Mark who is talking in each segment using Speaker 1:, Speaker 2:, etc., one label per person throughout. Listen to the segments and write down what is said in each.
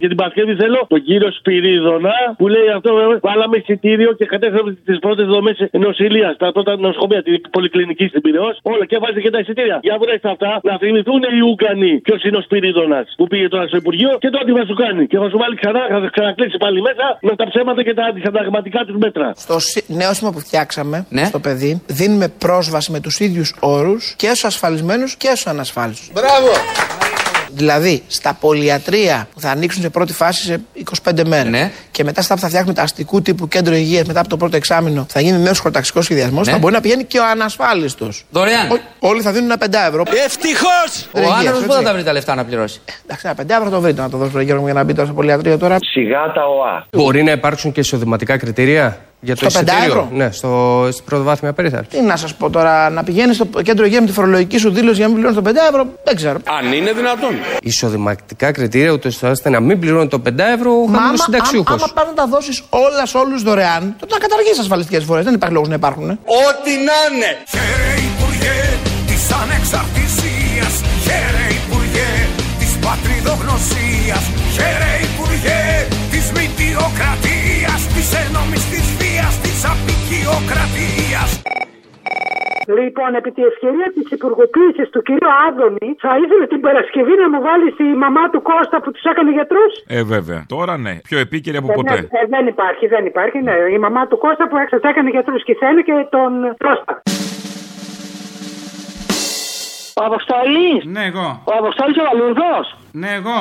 Speaker 1: και την Παρασκευή θέλω τον κύριο Σπυρίδωνα που λέει αυτό. ε, Βάλαμε εισιτήριο και κατέθεσαμε τις πρώτες δομές νοσηλείας, τα πρώτα νοσοκομεία, την πολυκλινική στην Πυραιός. Όλα και βάζετε και τα εισιτήρια. Για βρέστε αυτά να θυμηθούν οι Ούγγρανοι ποιος είναι ο Σπυρίδωνας που πήγε τώρα στο Υπουργείο και τότε θα σου κάνει. Και θα σου βάλει ξανά, θα σε ξανακλείσει πάλι μέσα με τα ψέματα και τα αντισυνταγματικά τους μέτρα.
Speaker 2: Στο συ- νέο σήμα που φτιάξαμε
Speaker 3: Ναι.
Speaker 2: στο παιδί, δίνουμε πρόσβαση με τους ίδιους όρους και στους ασφαλισμένους και στους ανασφάλιστους.
Speaker 4: Μπράβο!
Speaker 2: Δηλαδή, στα πολυατρία που θα ανοίξουν σε πρώτη φάση σε 25 μέρες
Speaker 3: Ναι.
Speaker 2: και μετά στα που θα φτιάχνουμε τα αστικού τύπου κέντρο υγείας μετά από το πρώτο εξάμεινο, θα γίνει νέος χορταξικό σχεδιασμός,
Speaker 3: Ναι.
Speaker 2: θα μπορεί να πηγαίνει και ο ανασφάλιστος.
Speaker 3: Δωρεάν.
Speaker 2: Όλοι θα δίνουν ένα Ε, 5 ευρώ.
Speaker 4: Ευτυχώ!
Speaker 3: Ο
Speaker 2: Υγείας,
Speaker 3: άνθρωπος πού θα
Speaker 2: έτσι.
Speaker 3: τα βρει τα λεφτά να πληρώσει.
Speaker 2: Εντάξει, ένα 5 ευρώ θα το βρείτε να το δώσουμε Γιώργο μου, για να μπει τώρα στο πολυατρίο τώρα.
Speaker 5: Σιγά τα ΟΑ.
Speaker 6: Μπορεί να υπάρξουν και εισοδηματικά κριτήρια για το
Speaker 2: Στο
Speaker 6: εισιτήριο.
Speaker 2: πεντάευρο?
Speaker 6: Ναι, στο, στην πρωτοβάθμια περίθαλψη.
Speaker 2: Τι να σας πω τώρα, να πηγαίνεις στο κέντρο υγείας με τη φορολογική σου δήλωση για να μην πληρώνεις το 5 ευρώ, δεν ξέρω.
Speaker 4: Αν είναι δυνατόν.
Speaker 6: Εισοδηματικά κριτήρια ούτως ώστε να μην πληρώνει το 5 ευρώ ο
Speaker 2: Μα άμα,
Speaker 6: χαμηλό συνταξιούχο.
Speaker 2: άμα, άμα πάνε να τα δώσει όλα σε όλους δωρεάν, τότε να καταργήσει ασφαλιστικές φορές. Δεν υπάρχει λόγος να υπάρχουν. ε.
Speaker 4: Ό,τι να είναι.
Speaker 7: Χαίρε Υπουργέ της Ανεξαρτησίας Χαίρε Υπουργέ της Πατριδογνωσίας Χαίρε Υπουργέ της Μητιοκρατίας Της Ένωμης της Βίας της Απικιοκρατίας
Speaker 8: Λοιπόν, επί τη ευκαιρία της υπουργοποίησης του κυρίου Άδωνη, θα ήθελε την Παρασκευή να μου βάλει τη μαμά του Κώστα που τους έκανε γιατρούς.
Speaker 9: Ε, βέβαια. Τώρα ναι. Πιο επίκαιρη από
Speaker 8: Ναι,
Speaker 9: ποτέ.
Speaker 8: ε, δεν υπάρχει, δεν υπάρχει. Ναι. Η μαμά του Κώστα που έξω έκανε γιατρούς και θέλει και τον Κώστα.
Speaker 10: Ο Αποστολή.
Speaker 9: Ναι, εγώ.
Speaker 10: Ο Αποστολή ο Βαλουρδό.
Speaker 9: Ναι, εγώ.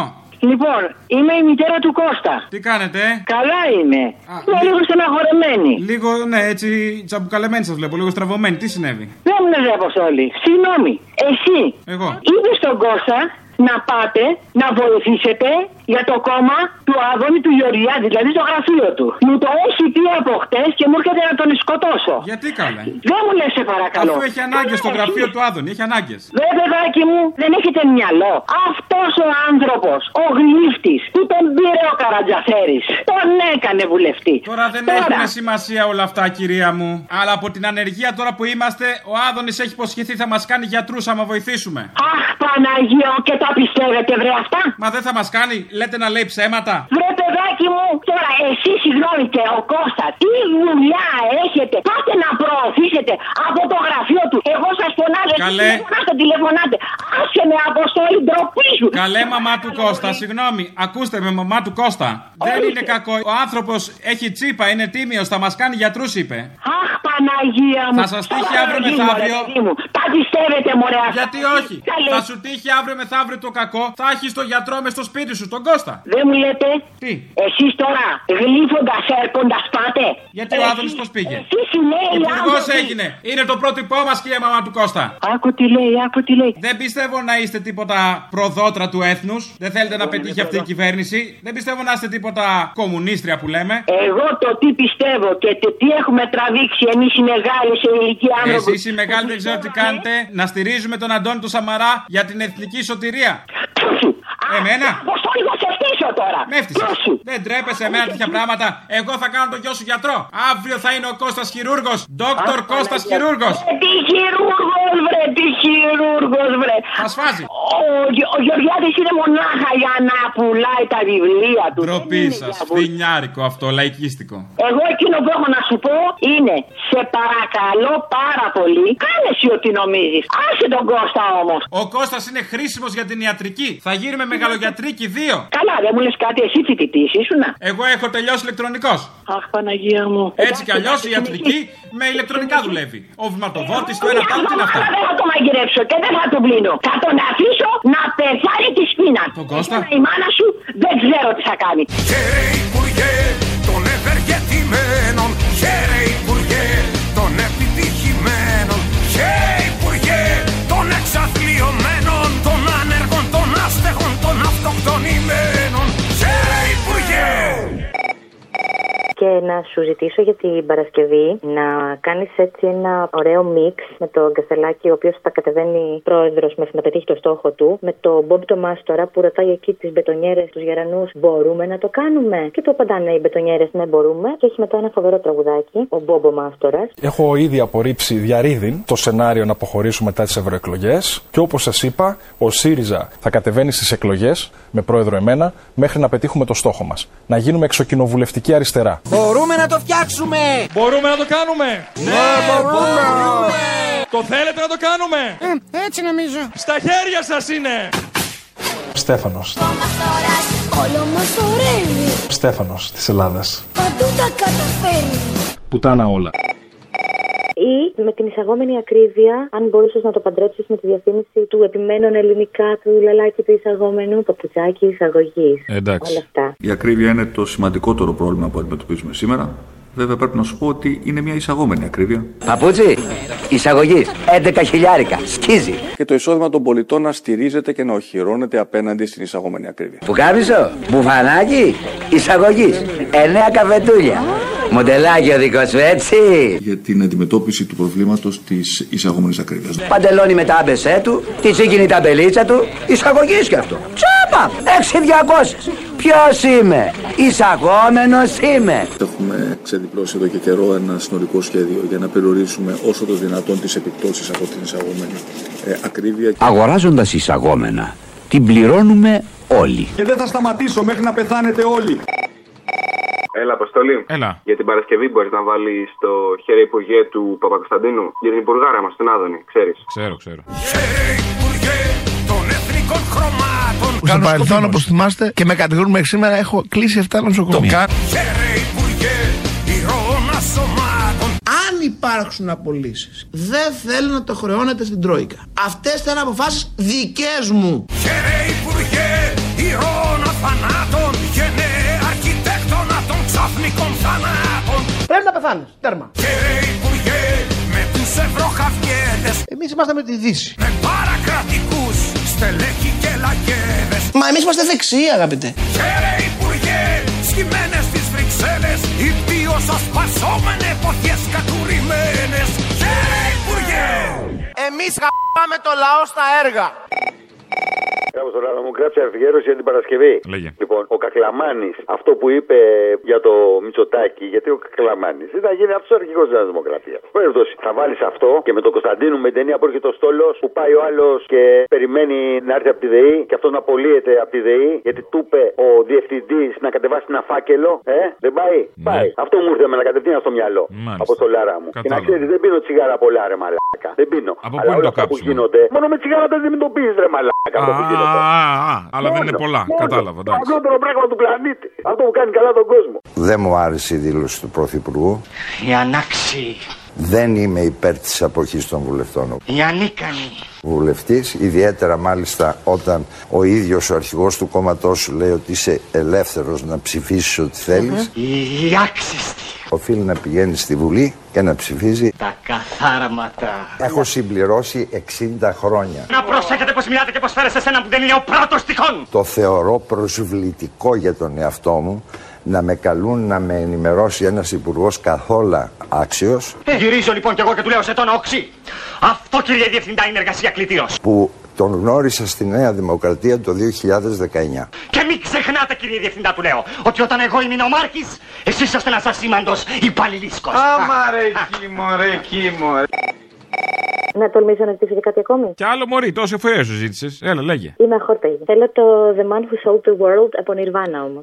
Speaker 10: Λοιπόν, είμαι η μητέρα του Κώστα.
Speaker 9: Τι κάνετε,
Speaker 10: Καλά είμαι.
Speaker 9: Α,
Speaker 10: Είμαι
Speaker 9: ναι.
Speaker 10: λίγο στεναχωρεμένη.
Speaker 9: Λίγο, ναι, έτσι τσαμπουκαλεμένη σας βλέπω. Λίγο στραβωμένη. Τι συνέβη.
Speaker 10: Δεν μου λε, Αποστολή. Συγγνώμη. Εσύ
Speaker 9: Εγώ.
Speaker 10: είπες στον Κώστα να πάτε να βοηθήσετε για το κόμμα του Άδωνη του Γεωργιάδη, δηλαδή στο γραφείο του. Μου το έχει πει από χτες και μου έρχεται να τον σκοτώσω.
Speaker 9: Γιατί καλέ.
Speaker 10: Δεν μου λες, σε παρακαλώ.
Speaker 9: Αφού έχει ανάγκες στο
Speaker 10: Καλά,
Speaker 9: γραφείο
Speaker 10: εσύ.
Speaker 9: του Άδωνη, έχει ανάγκες.
Speaker 10: Ρε παιδάκι μου, δεν έχετε μυαλό. Αυτός ο άνθρωπος, ο γλύφτης, που τον πήρε ο Καρατζαφέρης, τον έκανε βουλευτή.
Speaker 9: Τώρα δεν έχουν σημασία όλα αυτά, κυρία μου. Αλλά από την ανεργία τώρα που είμαστε, ο Άδωνης έχει υποσχεθεί θα μας κάνει γιατρούς άμα βοηθήσουμε.
Speaker 10: Αχ, Παναγία, και τα πιστεύετε, βρε αυτά.
Speaker 9: Μα δεν θα μας κάνει, λέτε να λέει ψέματα.
Speaker 10: Βρε παιδάκι μου, τώρα εσύ συγγνώμη και ο Κώστα, τι δουλειά έχετε. Πάτε να προωθήσετε από το γραφείο του. Εγώ σας φωνάζω, εσείς
Speaker 9: Καλέ.
Speaker 10: τηλεφωνάτε, τηλεφωνάτε. Άσε με αποστολή ντροπή σου.
Speaker 9: Καλέ μαμά του Κώστα, συγγνώμη, ακούστε με μαμά του Κώστα. Δεν
Speaker 10: Ορίστε.
Speaker 9: είναι κακό. Ο άνθρωπος έχει τσίπα, είναι τίμιος, θα μας κάνει γιατρούς, είπε.
Speaker 10: Αχ, Παναγία μου.
Speaker 9: Θα σας τύχει
Speaker 10: Παναγία
Speaker 9: αύριο
Speaker 10: μου, ρε
Speaker 9: μεθαύριο.
Speaker 10: παιδί μου. Τα πιστεύετε, μωρέ. αυτά.
Speaker 9: Γιατί όχι,
Speaker 10: Τα λέτε.
Speaker 9: θα σου τύχει αύριο μεθαύριο το κακό, θα έχεις το γιατρό μες στο σπίτι σου, τον Κώστα.
Speaker 10: Δεν μου λέτε.
Speaker 9: Τι?
Speaker 10: Εσείς τώρα γλύφοντας, έρχοντας πάτε.
Speaker 9: Γιατί ο
Speaker 10: Εσείς-
Speaker 9: Άδωνης πώς πήγε?
Speaker 10: Εσείς οι νέοι
Speaker 9: Υπουργός
Speaker 10: άνθρωποι.
Speaker 9: έγινε. Είναι το πρότυπό μας, κυρία μαμά του Κώστα.
Speaker 10: Άκου τι λέει, άκου τι λέει.
Speaker 9: Δεν πιστεύω να είστε τίποτα προδότρα του έθνους. Δεν θέλετε
Speaker 10: Ε,
Speaker 9: να πετύχει αυτή η κυβέρνηση. Δεν πιστεύω να είστε τίποτα κομμουνίστρια που λέμε.
Speaker 10: Εγώ το τι πιστεύω και το τι έχουμε τραβήξει εμείς οι μεγάλοι σε ηλικία άνθρωποι. Ε,
Speaker 9: Εσεί οι μεγάλοι δεν ξέρω τι κάνετε. Να στηρίζουμε τον Αντώνη του Σαμαρά για την εθνική σωτηρία. Ε, Εμένα?
Speaker 10: Πώ το λίγο σε φτύσω τώρα.
Speaker 9: Με έφτιαξες.
Speaker 10: Ποιος σου?
Speaker 9: Δεν τρέπεσαι εμένα τέτοια πράγματα. Εγώ θα κάνω τον γιο σου γιατρό. Αύριο θα είναι ο Κώστας χειρούργος. Δόκτωρ Κώστας χειρούργος.
Speaker 10: Βρε, Ε, Τι χειρούργος βρε, τι χειρούργος βρε.
Speaker 9: Μας φάζει.
Speaker 10: Ο, Γε- ο Γεωργιάδης είναι μονάχα για να πουλάει τα βιβλία του. Δεν
Speaker 9: Ντροπή
Speaker 10: είναι
Speaker 9: σας.
Speaker 10: για βουλή.
Speaker 9: Φθινιάρικο αυτό, λαϊκίστικο.
Speaker 10: Εγώ εκείνο που έχω να σου πω είναι σε παρακαλώ πάρα πολύ κάνε εσύ ό,τι νομίζεις. Άσε τον Κώστα όμως.
Speaker 9: Ο Κώστας είναι χρήσιμος για την ιατρική. Θα γίνουμε μεγαλογιατρίκοι δύο.
Speaker 10: Καλά δεν μου λες κάτι εσύ φοιτητής ήσουνα.
Speaker 9: Εγώ έχω τελειώσει ηλεκτρονικός.
Speaker 10: Αχ Παναγία μου.
Speaker 9: Έτσι κι
Speaker 10: Εντάξει,
Speaker 9: αλλιώς η
Speaker 10: εντάξει,
Speaker 9: ιατρική
Speaker 10: συνεχίζει.
Speaker 9: με ηλεκτρονικά δουλεύει. Ο βηματοδότης, το
Speaker 10: Μια
Speaker 9: ένα πάνω, τι
Speaker 10: εβδομάδα
Speaker 9: είναι αυτά.
Speaker 10: Δεν θα το μαγειρέψω και δεν θα τον πλύνω. Θα τον αφήσω να πεθάνει της σπίνα.
Speaker 9: Τον Κώστα?
Speaker 10: Εμένα Η μάνα σου δεν ξέρω τι θα κάνει.
Speaker 7: Χαίρε Υπουργέ των ευεργετημένων Χαίρε Υπουργέ των επιτυχημένων Χαίρε Υπουργέ των εξαθλειωμένων Των άνεργων, των άστεγων, των αυτοκτονημένων Χαίρε Υπουργέ
Speaker 8: Και να
Speaker 3: σου ζητήσω για την Παρασκευή να κάνεις έτσι ένα ωραίο μίξ με τον Καστελάκη, ο οποίος θα κατεβαίνει πρόεδρος μέχρι να πετύχει το στόχο του. Με τον Μπομπ το τώρα που ρωτάει εκεί τις μπετονιέρες, τους γερανούς, μπορούμε να το κάνουμε. Και του απαντάνε οι μπετονιέρες, ναι, μπορούμε. Και έχει μετά ένα φοβερό τραγουδάκι, ο Μπόμπο Μάστορας.
Speaker 5: Έχω ήδη απορρίψει διαρρήδην το σενάριο να αποχωρήσουμε μετά τις ευρωεκλογές. Και όπως σας είπα, ο ΣΥΡΙΖΑ θα κατεβαίνει στις εκλογές, με πρόεδρο εμένα, μέχρι να πετύχουμε το στόχο μας. Να γίνουμε εξοκοινοβουλευτική αριστερά.
Speaker 11: Μπορούμε να το φτιάξουμε!
Speaker 12: Μπορούμε να το κάνουμε!
Speaker 11: Ναι, μπορούμε! Ε,
Speaker 12: Το θέλετε να το κάνουμε!
Speaker 11: έτσι νομίζω.
Speaker 12: Στα χέρια σας είναι!
Speaker 5: Στέφανος.
Speaker 11: Όλο μας ωραίοι.
Speaker 5: Στέφανος της Ελλάδας.
Speaker 11: Παντού τα καταφέρνει.
Speaker 5: Πουτάνα όλα.
Speaker 3: Ή με την εισαγόμενη ακρίβεια, αν μπορούσες να το παντρέψεις με τη διαφήμιση του επιμένων ελληνικά του λαλάκι του εισαγόμενου, παπουτσάκι εισαγωγής. Όλα αυτά.
Speaker 13: Η ακρίβεια είναι το σημαντικότερο πρόβλημα που αντιμετωπίζουμε σήμερα. Βέβαια πρέπει να σου πω ότι είναι μια εισαγόμενη ακρίβεια.
Speaker 14: Παπούτσι, εισαγωγή 11 χιλιάρικα. Σκίζει.
Speaker 15: Και το εισόδημα των πολιτών να στηρίζεται και να οχυρώνεται απέναντι στην εισαγόμενη ακρίβεια.
Speaker 14: Πουκάμισο, μπουφανάκι, εισαγωγής 9 καφετούλια. Μοντελάκι ο δικό σου, έτσι.
Speaker 13: Για την αντιμετώπιση του προβλήματος της εισαγόμενης ακρίβειας.
Speaker 14: Παντελόνι με τα άμπεσέ του, τη σύγκινη ταμπελίτσα του, εισαγωγής κι αυτό. Τσάπα! 6.200. Ποιος είμαι, εισαγόμενος είμαι.
Speaker 13: Έχουμε ξεδιπλώσει εδώ και καιρό ένα συνολικό σχέδιο για να περιορίσουμε όσο το δυνατόν τις επιπτώσεις από την εισαγόμενη ε, ακρίβεια.
Speaker 14: Αγοράζοντας εισαγόμενα, την πληρώνουμε όλοι.
Speaker 16: Και δεν θα σταματήσω μέχρι να πεθάνετε όλοι.
Speaker 17: Έλα, Αποστολή.
Speaker 9: Έλα.
Speaker 17: Για την Παρασκευή μπορείς να βάλεις το χέρι υπουργέ του Παπακοσταντίνου. Για την υπουργάρα μας, την Άδωνη, ξέρεις.
Speaker 9: Ξέρω, ξέρω.
Speaker 2: Στο παρελθόν, όπω θυμάστε, και με κατηγορούν μέχρι σήμερα, έχω κλείσει 7 νοσοκομεία. Αν υπάρξουν απολύσεις, δεν θέλω να το χρεώνετε στην Τρόικα. Αυτές θα είναι αποφάσεις δικές μου.
Speaker 7: Χαίρε Υπουργέ, ηρώων αθανάτων, γενναίε αρχιτέκτονας των ξαφνικών θανάτων.
Speaker 2: Πρέπει να πεθάνεις. Τέρμα.
Speaker 7: Χαίρε Υπουργέ, με τους ευρωχαυγέδες,
Speaker 2: Εμείς είμαστε με τη Δύση.
Speaker 7: με παρακρατικούς, στελέχη και λακέδες.
Speaker 2: Μα εμείς είμαστε δεξιοί, αγαπητέ.
Speaker 7: Χαίρε Υπουργέ, σκημένες στις Βρυξέλλες, υπτίως ασπασόμενε, ποδιές κατουρημένες. Χαίρε Υπουργέ!
Speaker 2: Εμείς χαμάμε το λαό στα έργα.
Speaker 18: Κάπω τώρα να μου γράψει αφιέρωση για την Παρασκευή.
Speaker 9: Λέγε.
Speaker 18: Λοιπόν, ο Κακλαμάνης, αυτό που είπε για το Μητσοτάκι, γιατί ο Κακλαμάνης ήταν γίνει αυτό ο αρχηγό τη Νέας Δημοκρατίας. Περιπτώσει, θα βάλεις αυτό και με τον Κωνσταντίνου με την ταινία που έρχεται ο Στόλος που πάει ο άλλος και περιμένει να έρθει από τη ΔΕΗ και αυτός να απολύεται από τη ΔΕΗ γιατί του είπε ο διευθυντής να κατεβάσει ένα φάκελο. Ε, δεν πάει. Πάει. Αυτό μου ήρθε με να κατευθείαν στο μυαλό.
Speaker 9: Μάλιστα.
Speaker 18: Από το λάρα μου. Και να
Speaker 9: Κατάλαβα.
Speaker 18: ξέρεις, δεν πίνω τσιγάρα πολλά, ρε μαλάκα. Δεν πίνω.
Speaker 9: Από
Speaker 18: Αλλά
Speaker 9: πού είναι
Speaker 18: όλα
Speaker 9: το
Speaker 18: αυτά που
Speaker 9: κάψιμο?
Speaker 18: γίνονται. Μόνο με τσιγάρα δεν αντιμετωπίζεις, ρε μαλάκα. αυτό που
Speaker 9: Α,
Speaker 18: γίνεται.
Speaker 9: α, α, αλλά δεν είναι πολλά. Κατάλαβα,
Speaker 18: Το
Speaker 9: εντάξει.
Speaker 18: απλότερο πράγμα του πλανήτη. Αυτό που κάνει καλά τον κόσμο.
Speaker 19: Δεν μου άρεσε η δήλωση του Πρωθυπουργού.
Speaker 14: Η ανάξη,
Speaker 19: Δεν είμαι υπέρ της αποχής των βουλευτών.
Speaker 14: η ανίκανη.
Speaker 19: Βουλευτής, ιδιαίτερα μάλιστα όταν ο ίδιος ο αρχηγός του κόμματός σου λέει ότι είσαι ελεύθερος να ψηφίσεις ό,τι θέλεις.
Speaker 14: Η άξιστη.
Speaker 19: Οφείλει να πηγαίνει στη Βουλή και να ψηφίζει.
Speaker 14: Τα καθάρματα.
Speaker 19: Έχω συμπληρώσει 60 χρόνια.
Speaker 14: Να προσέχετε πως μιλάτε και πως φέρεστε σε έναν που δεν είναι ο πρώτος τυχόν.
Speaker 19: Το θεωρώ προσβλητικό για τον εαυτό μου να με καλούν να με ενημερώσει ένας υπουργός καθόλου άξιος
Speaker 14: Γυρίζω λοιπόν και εγώ και του λέω σε τόνα οξύ. Αυτό κύριε Διευθυντά είναι εργασία κλητήρος.
Speaker 19: που τον γνώρισα στη Νέα Δημοκρατία το 2019.
Speaker 14: Και μην ξεχνάτε κύριε Διευθυντά του λέω ότι όταν εγώ ήμουν ο Μάρκης εσείς είσαστε ένας ασήμαντος υπαλληλίσκος.
Speaker 9: Άμα ρε κύμω, ρε κύμω.
Speaker 3: Να τολμήσω να ζητήσω και κάτι ακόμη.
Speaker 9: Κι άλλο μωρή, τόση φορέ σου ζήτησες. Έλα, λέγε.
Speaker 3: Είμαι αχόρταγη. Θέλω το The Man Who Sold the World από Nirvana όμως.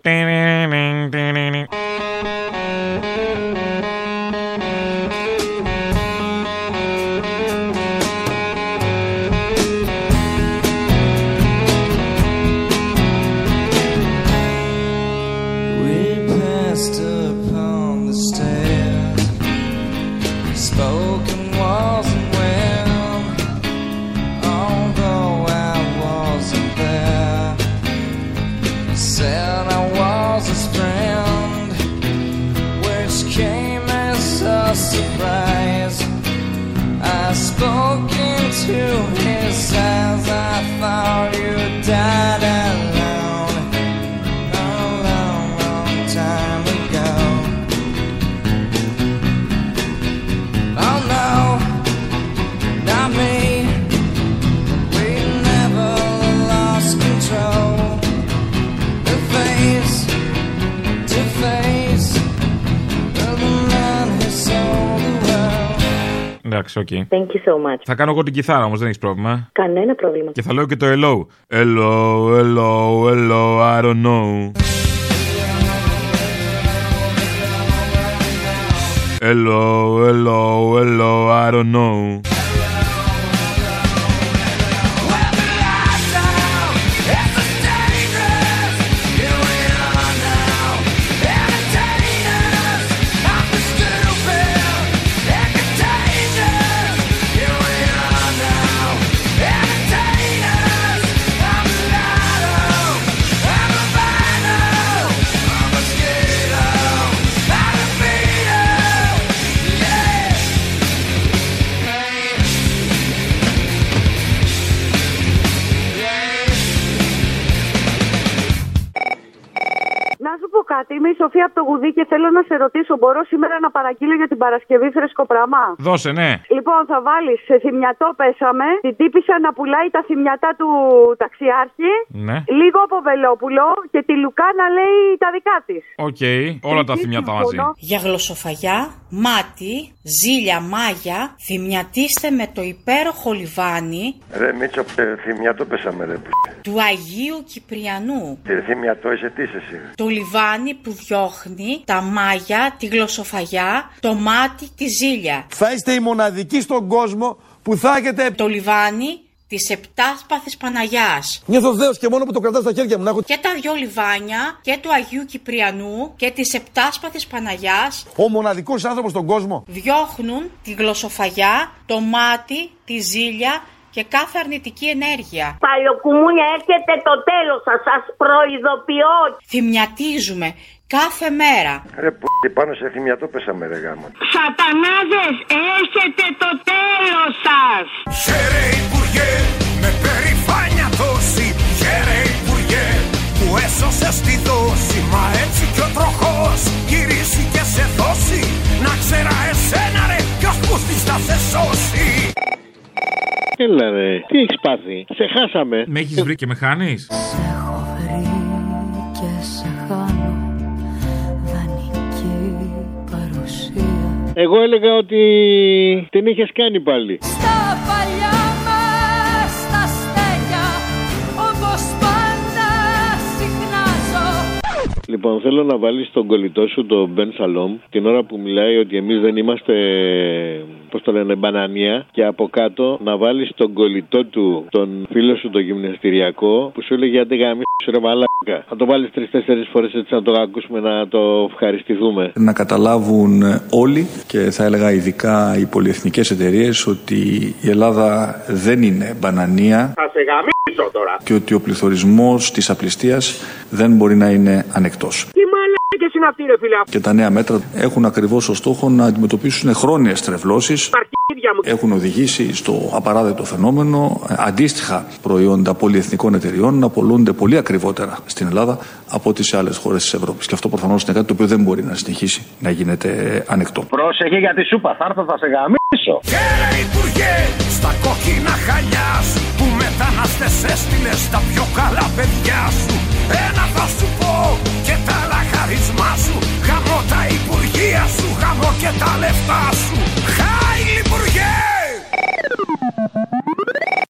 Speaker 20: We passed upon the stairs. Spoken wasn't well, although I wasn't there. Said I was his friend, which came as a surprise. I spoke into his eyes. I thought you died alone a long, long time ago.
Speaker 21: Εντάξει, οκ.
Speaker 3: Thank you so much.
Speaker 21: Θα κάνω εγώ την κιθάρα όμως, δεν έχεις πρόβλημα. ε.
Speaker 3: Κανένα πρόβλημα.
Speaker 21: Και θα λέω και το hello. Hello, hello, hello, I don't know. Hello, hello, hello, I don't know.
Speaker 8: Να σου πω κάτι, είμαι η Σοφία από το Γουδί και θέλω να σε ρωτήσω, μπορώ σήμερα να παραγγείλω για την Παρασκευή φρέσκο πράγμα.
Speaker 21: Δώσε, ναι.
Speaker 8: Λοιπόν, θα βάλεις σε θυμιατό πέσαμε. Την τύπησα να πουλάει τα θυμιατά του ταξιάρχη.
Speaker 21: Ναι.
Speaker 8: Λίγο από βελόπουλο και τη Λουκά να λέει τα δικά της.
Speaker 21: Οκ, όλα τα θυμιάτα μαζί.
Speaker 22: Για γλωσσοφαγιά, μάτι, ζήλια, μάγια, θυμιατίστε με το υπέροχο λιβάνι
Speaker 19: Ρε Μίτσο, ε, θυμιά το πέσαμε ρε π***.
Speaker 22: του Αγίου Κυπριανού.
Speaker 19: Τη θυμιά το είσαι τι είσαι εσύ.
Speaker 22: Το λιβάνι που διώχνει τα μάγια, τη γλωσσοφαγιά, το μάτι, τη ζήλια.
Speaker 23: Θα είστε οι μοναδικοί στον κόσμο που θα έχετε...
Speaker 22: Το λιβάνι της Επτάσπαθης Παναγιάς.
Speaker 23: Νιώθω δέος και μόνο που το κρατάς στα χέρια μου να έχω...
Speaker 22: Και τα δυο λιβάνια και του Αγίου Κυπριανού και της Επτάσπαθης Παναγιάς
Speaker 23: Ο μοναδικός άνθρωπος στον κόσμο.
Speaker 22: διώχνουν τη γλωσσοφαγιά, το μάτι, τη ζήλια και κάθε αρνητική ενέργεια.
Speaker 20: Παλιοκουμούνια, έρχεται το τέλος σας. Σας προειδοποιώ.
Speaker 22: Θυμιατίζουμε κάθε μέρα.
Speaker 19: Ρε π***, πάνω σε θυμιά το πέσαμε ρε γάμο.
Speaker 20: Σατανάδες, έρχεται το τέλος σας.
Speaker 7: Χαίρε Υπουργέ, με περηφάνεια τόση. Χαίρε Υπουργέ, που έσωσες τη δόση. Μα έτσι κι ο τροχός γυρίσει και σε δώσει. Να ξέρα εσένα ρε, κι ο σπούστης θα σε σώσει.
Speaker 24: Έλα ρε, τι έχεις πάθει, σε χάσαμε.
Speaker 21: Με έχεις βρει και με χάνεις.
Speaker 20: Και σε χάνω, δανεική παρουσία.
Speaker 24: Εγώ έλεγα ότι την είχες κάνει πάλι.
Speaker 20: Τα παλιά μας τα στέλια, όπως πάντα συχνάζω.
Speaker 24: Λοιπόν, θέλω να βάλεις στον κολλητό σου τον Μπεν Σαλόμ την ώρα που μιλάει ότι εμείς δεν είμαστε. Πώς το λένε, μπανανία. Και από κάτω να βάλεις τον κολλητό του, τον φίλο σου, τον γυμναστηριακό, που σου έλεγε άντε γαμί, ρε μαλάκα. Θα το βάλεις τρει-τέσσερι φορές έτσι να το ακούσουμε να το ευχαριστηθούμε.
Speaker 13: Να καταλάβουν όλοι και θα έλεγα ειδικά οι πολυεθνικές εταιρείες ότι η Ελλάδα δεν είναι μπανανία
Speaker 24: Θα σε γαμίσω τώρα.
Speaker 13: και ότι ο πληθωρισμός της απληστίας δεν μπορεί να είναι ανεκτός.
Speaker 24: Τι μαλάκες είναι αυτοί ρε φίλε.
Speaker 13: Και τα νέα μέτρα έχουν ακριβώς ως στόχο να αντιμετωπίσουν χρόνιες τρευλώσεις έχουν οδηγήσει στο απαράδεκτο φαινόμενο ε, αντίστοιχα προϊόντα πολυεθνικών εταιριών να πολλούνται πολύ ακριβότερα στην Ελλάδα από ό,τι σε άλλες χώρες της Ευρώπης. Και αυτό προφανώς είναι κάτι το οποίο δεν μπορεί να συνεχίσει να γίνεται ε, ανεκτό.
Speaker 24: Πρόσεχε για τη σούπα, θα έρθω, θα σε γαμίσω.
Speaker 7: Χαίρε Υπουργέ, στα κόκκινα χαλιά σου. Που μετανάστες έστειλες τα πιο καλά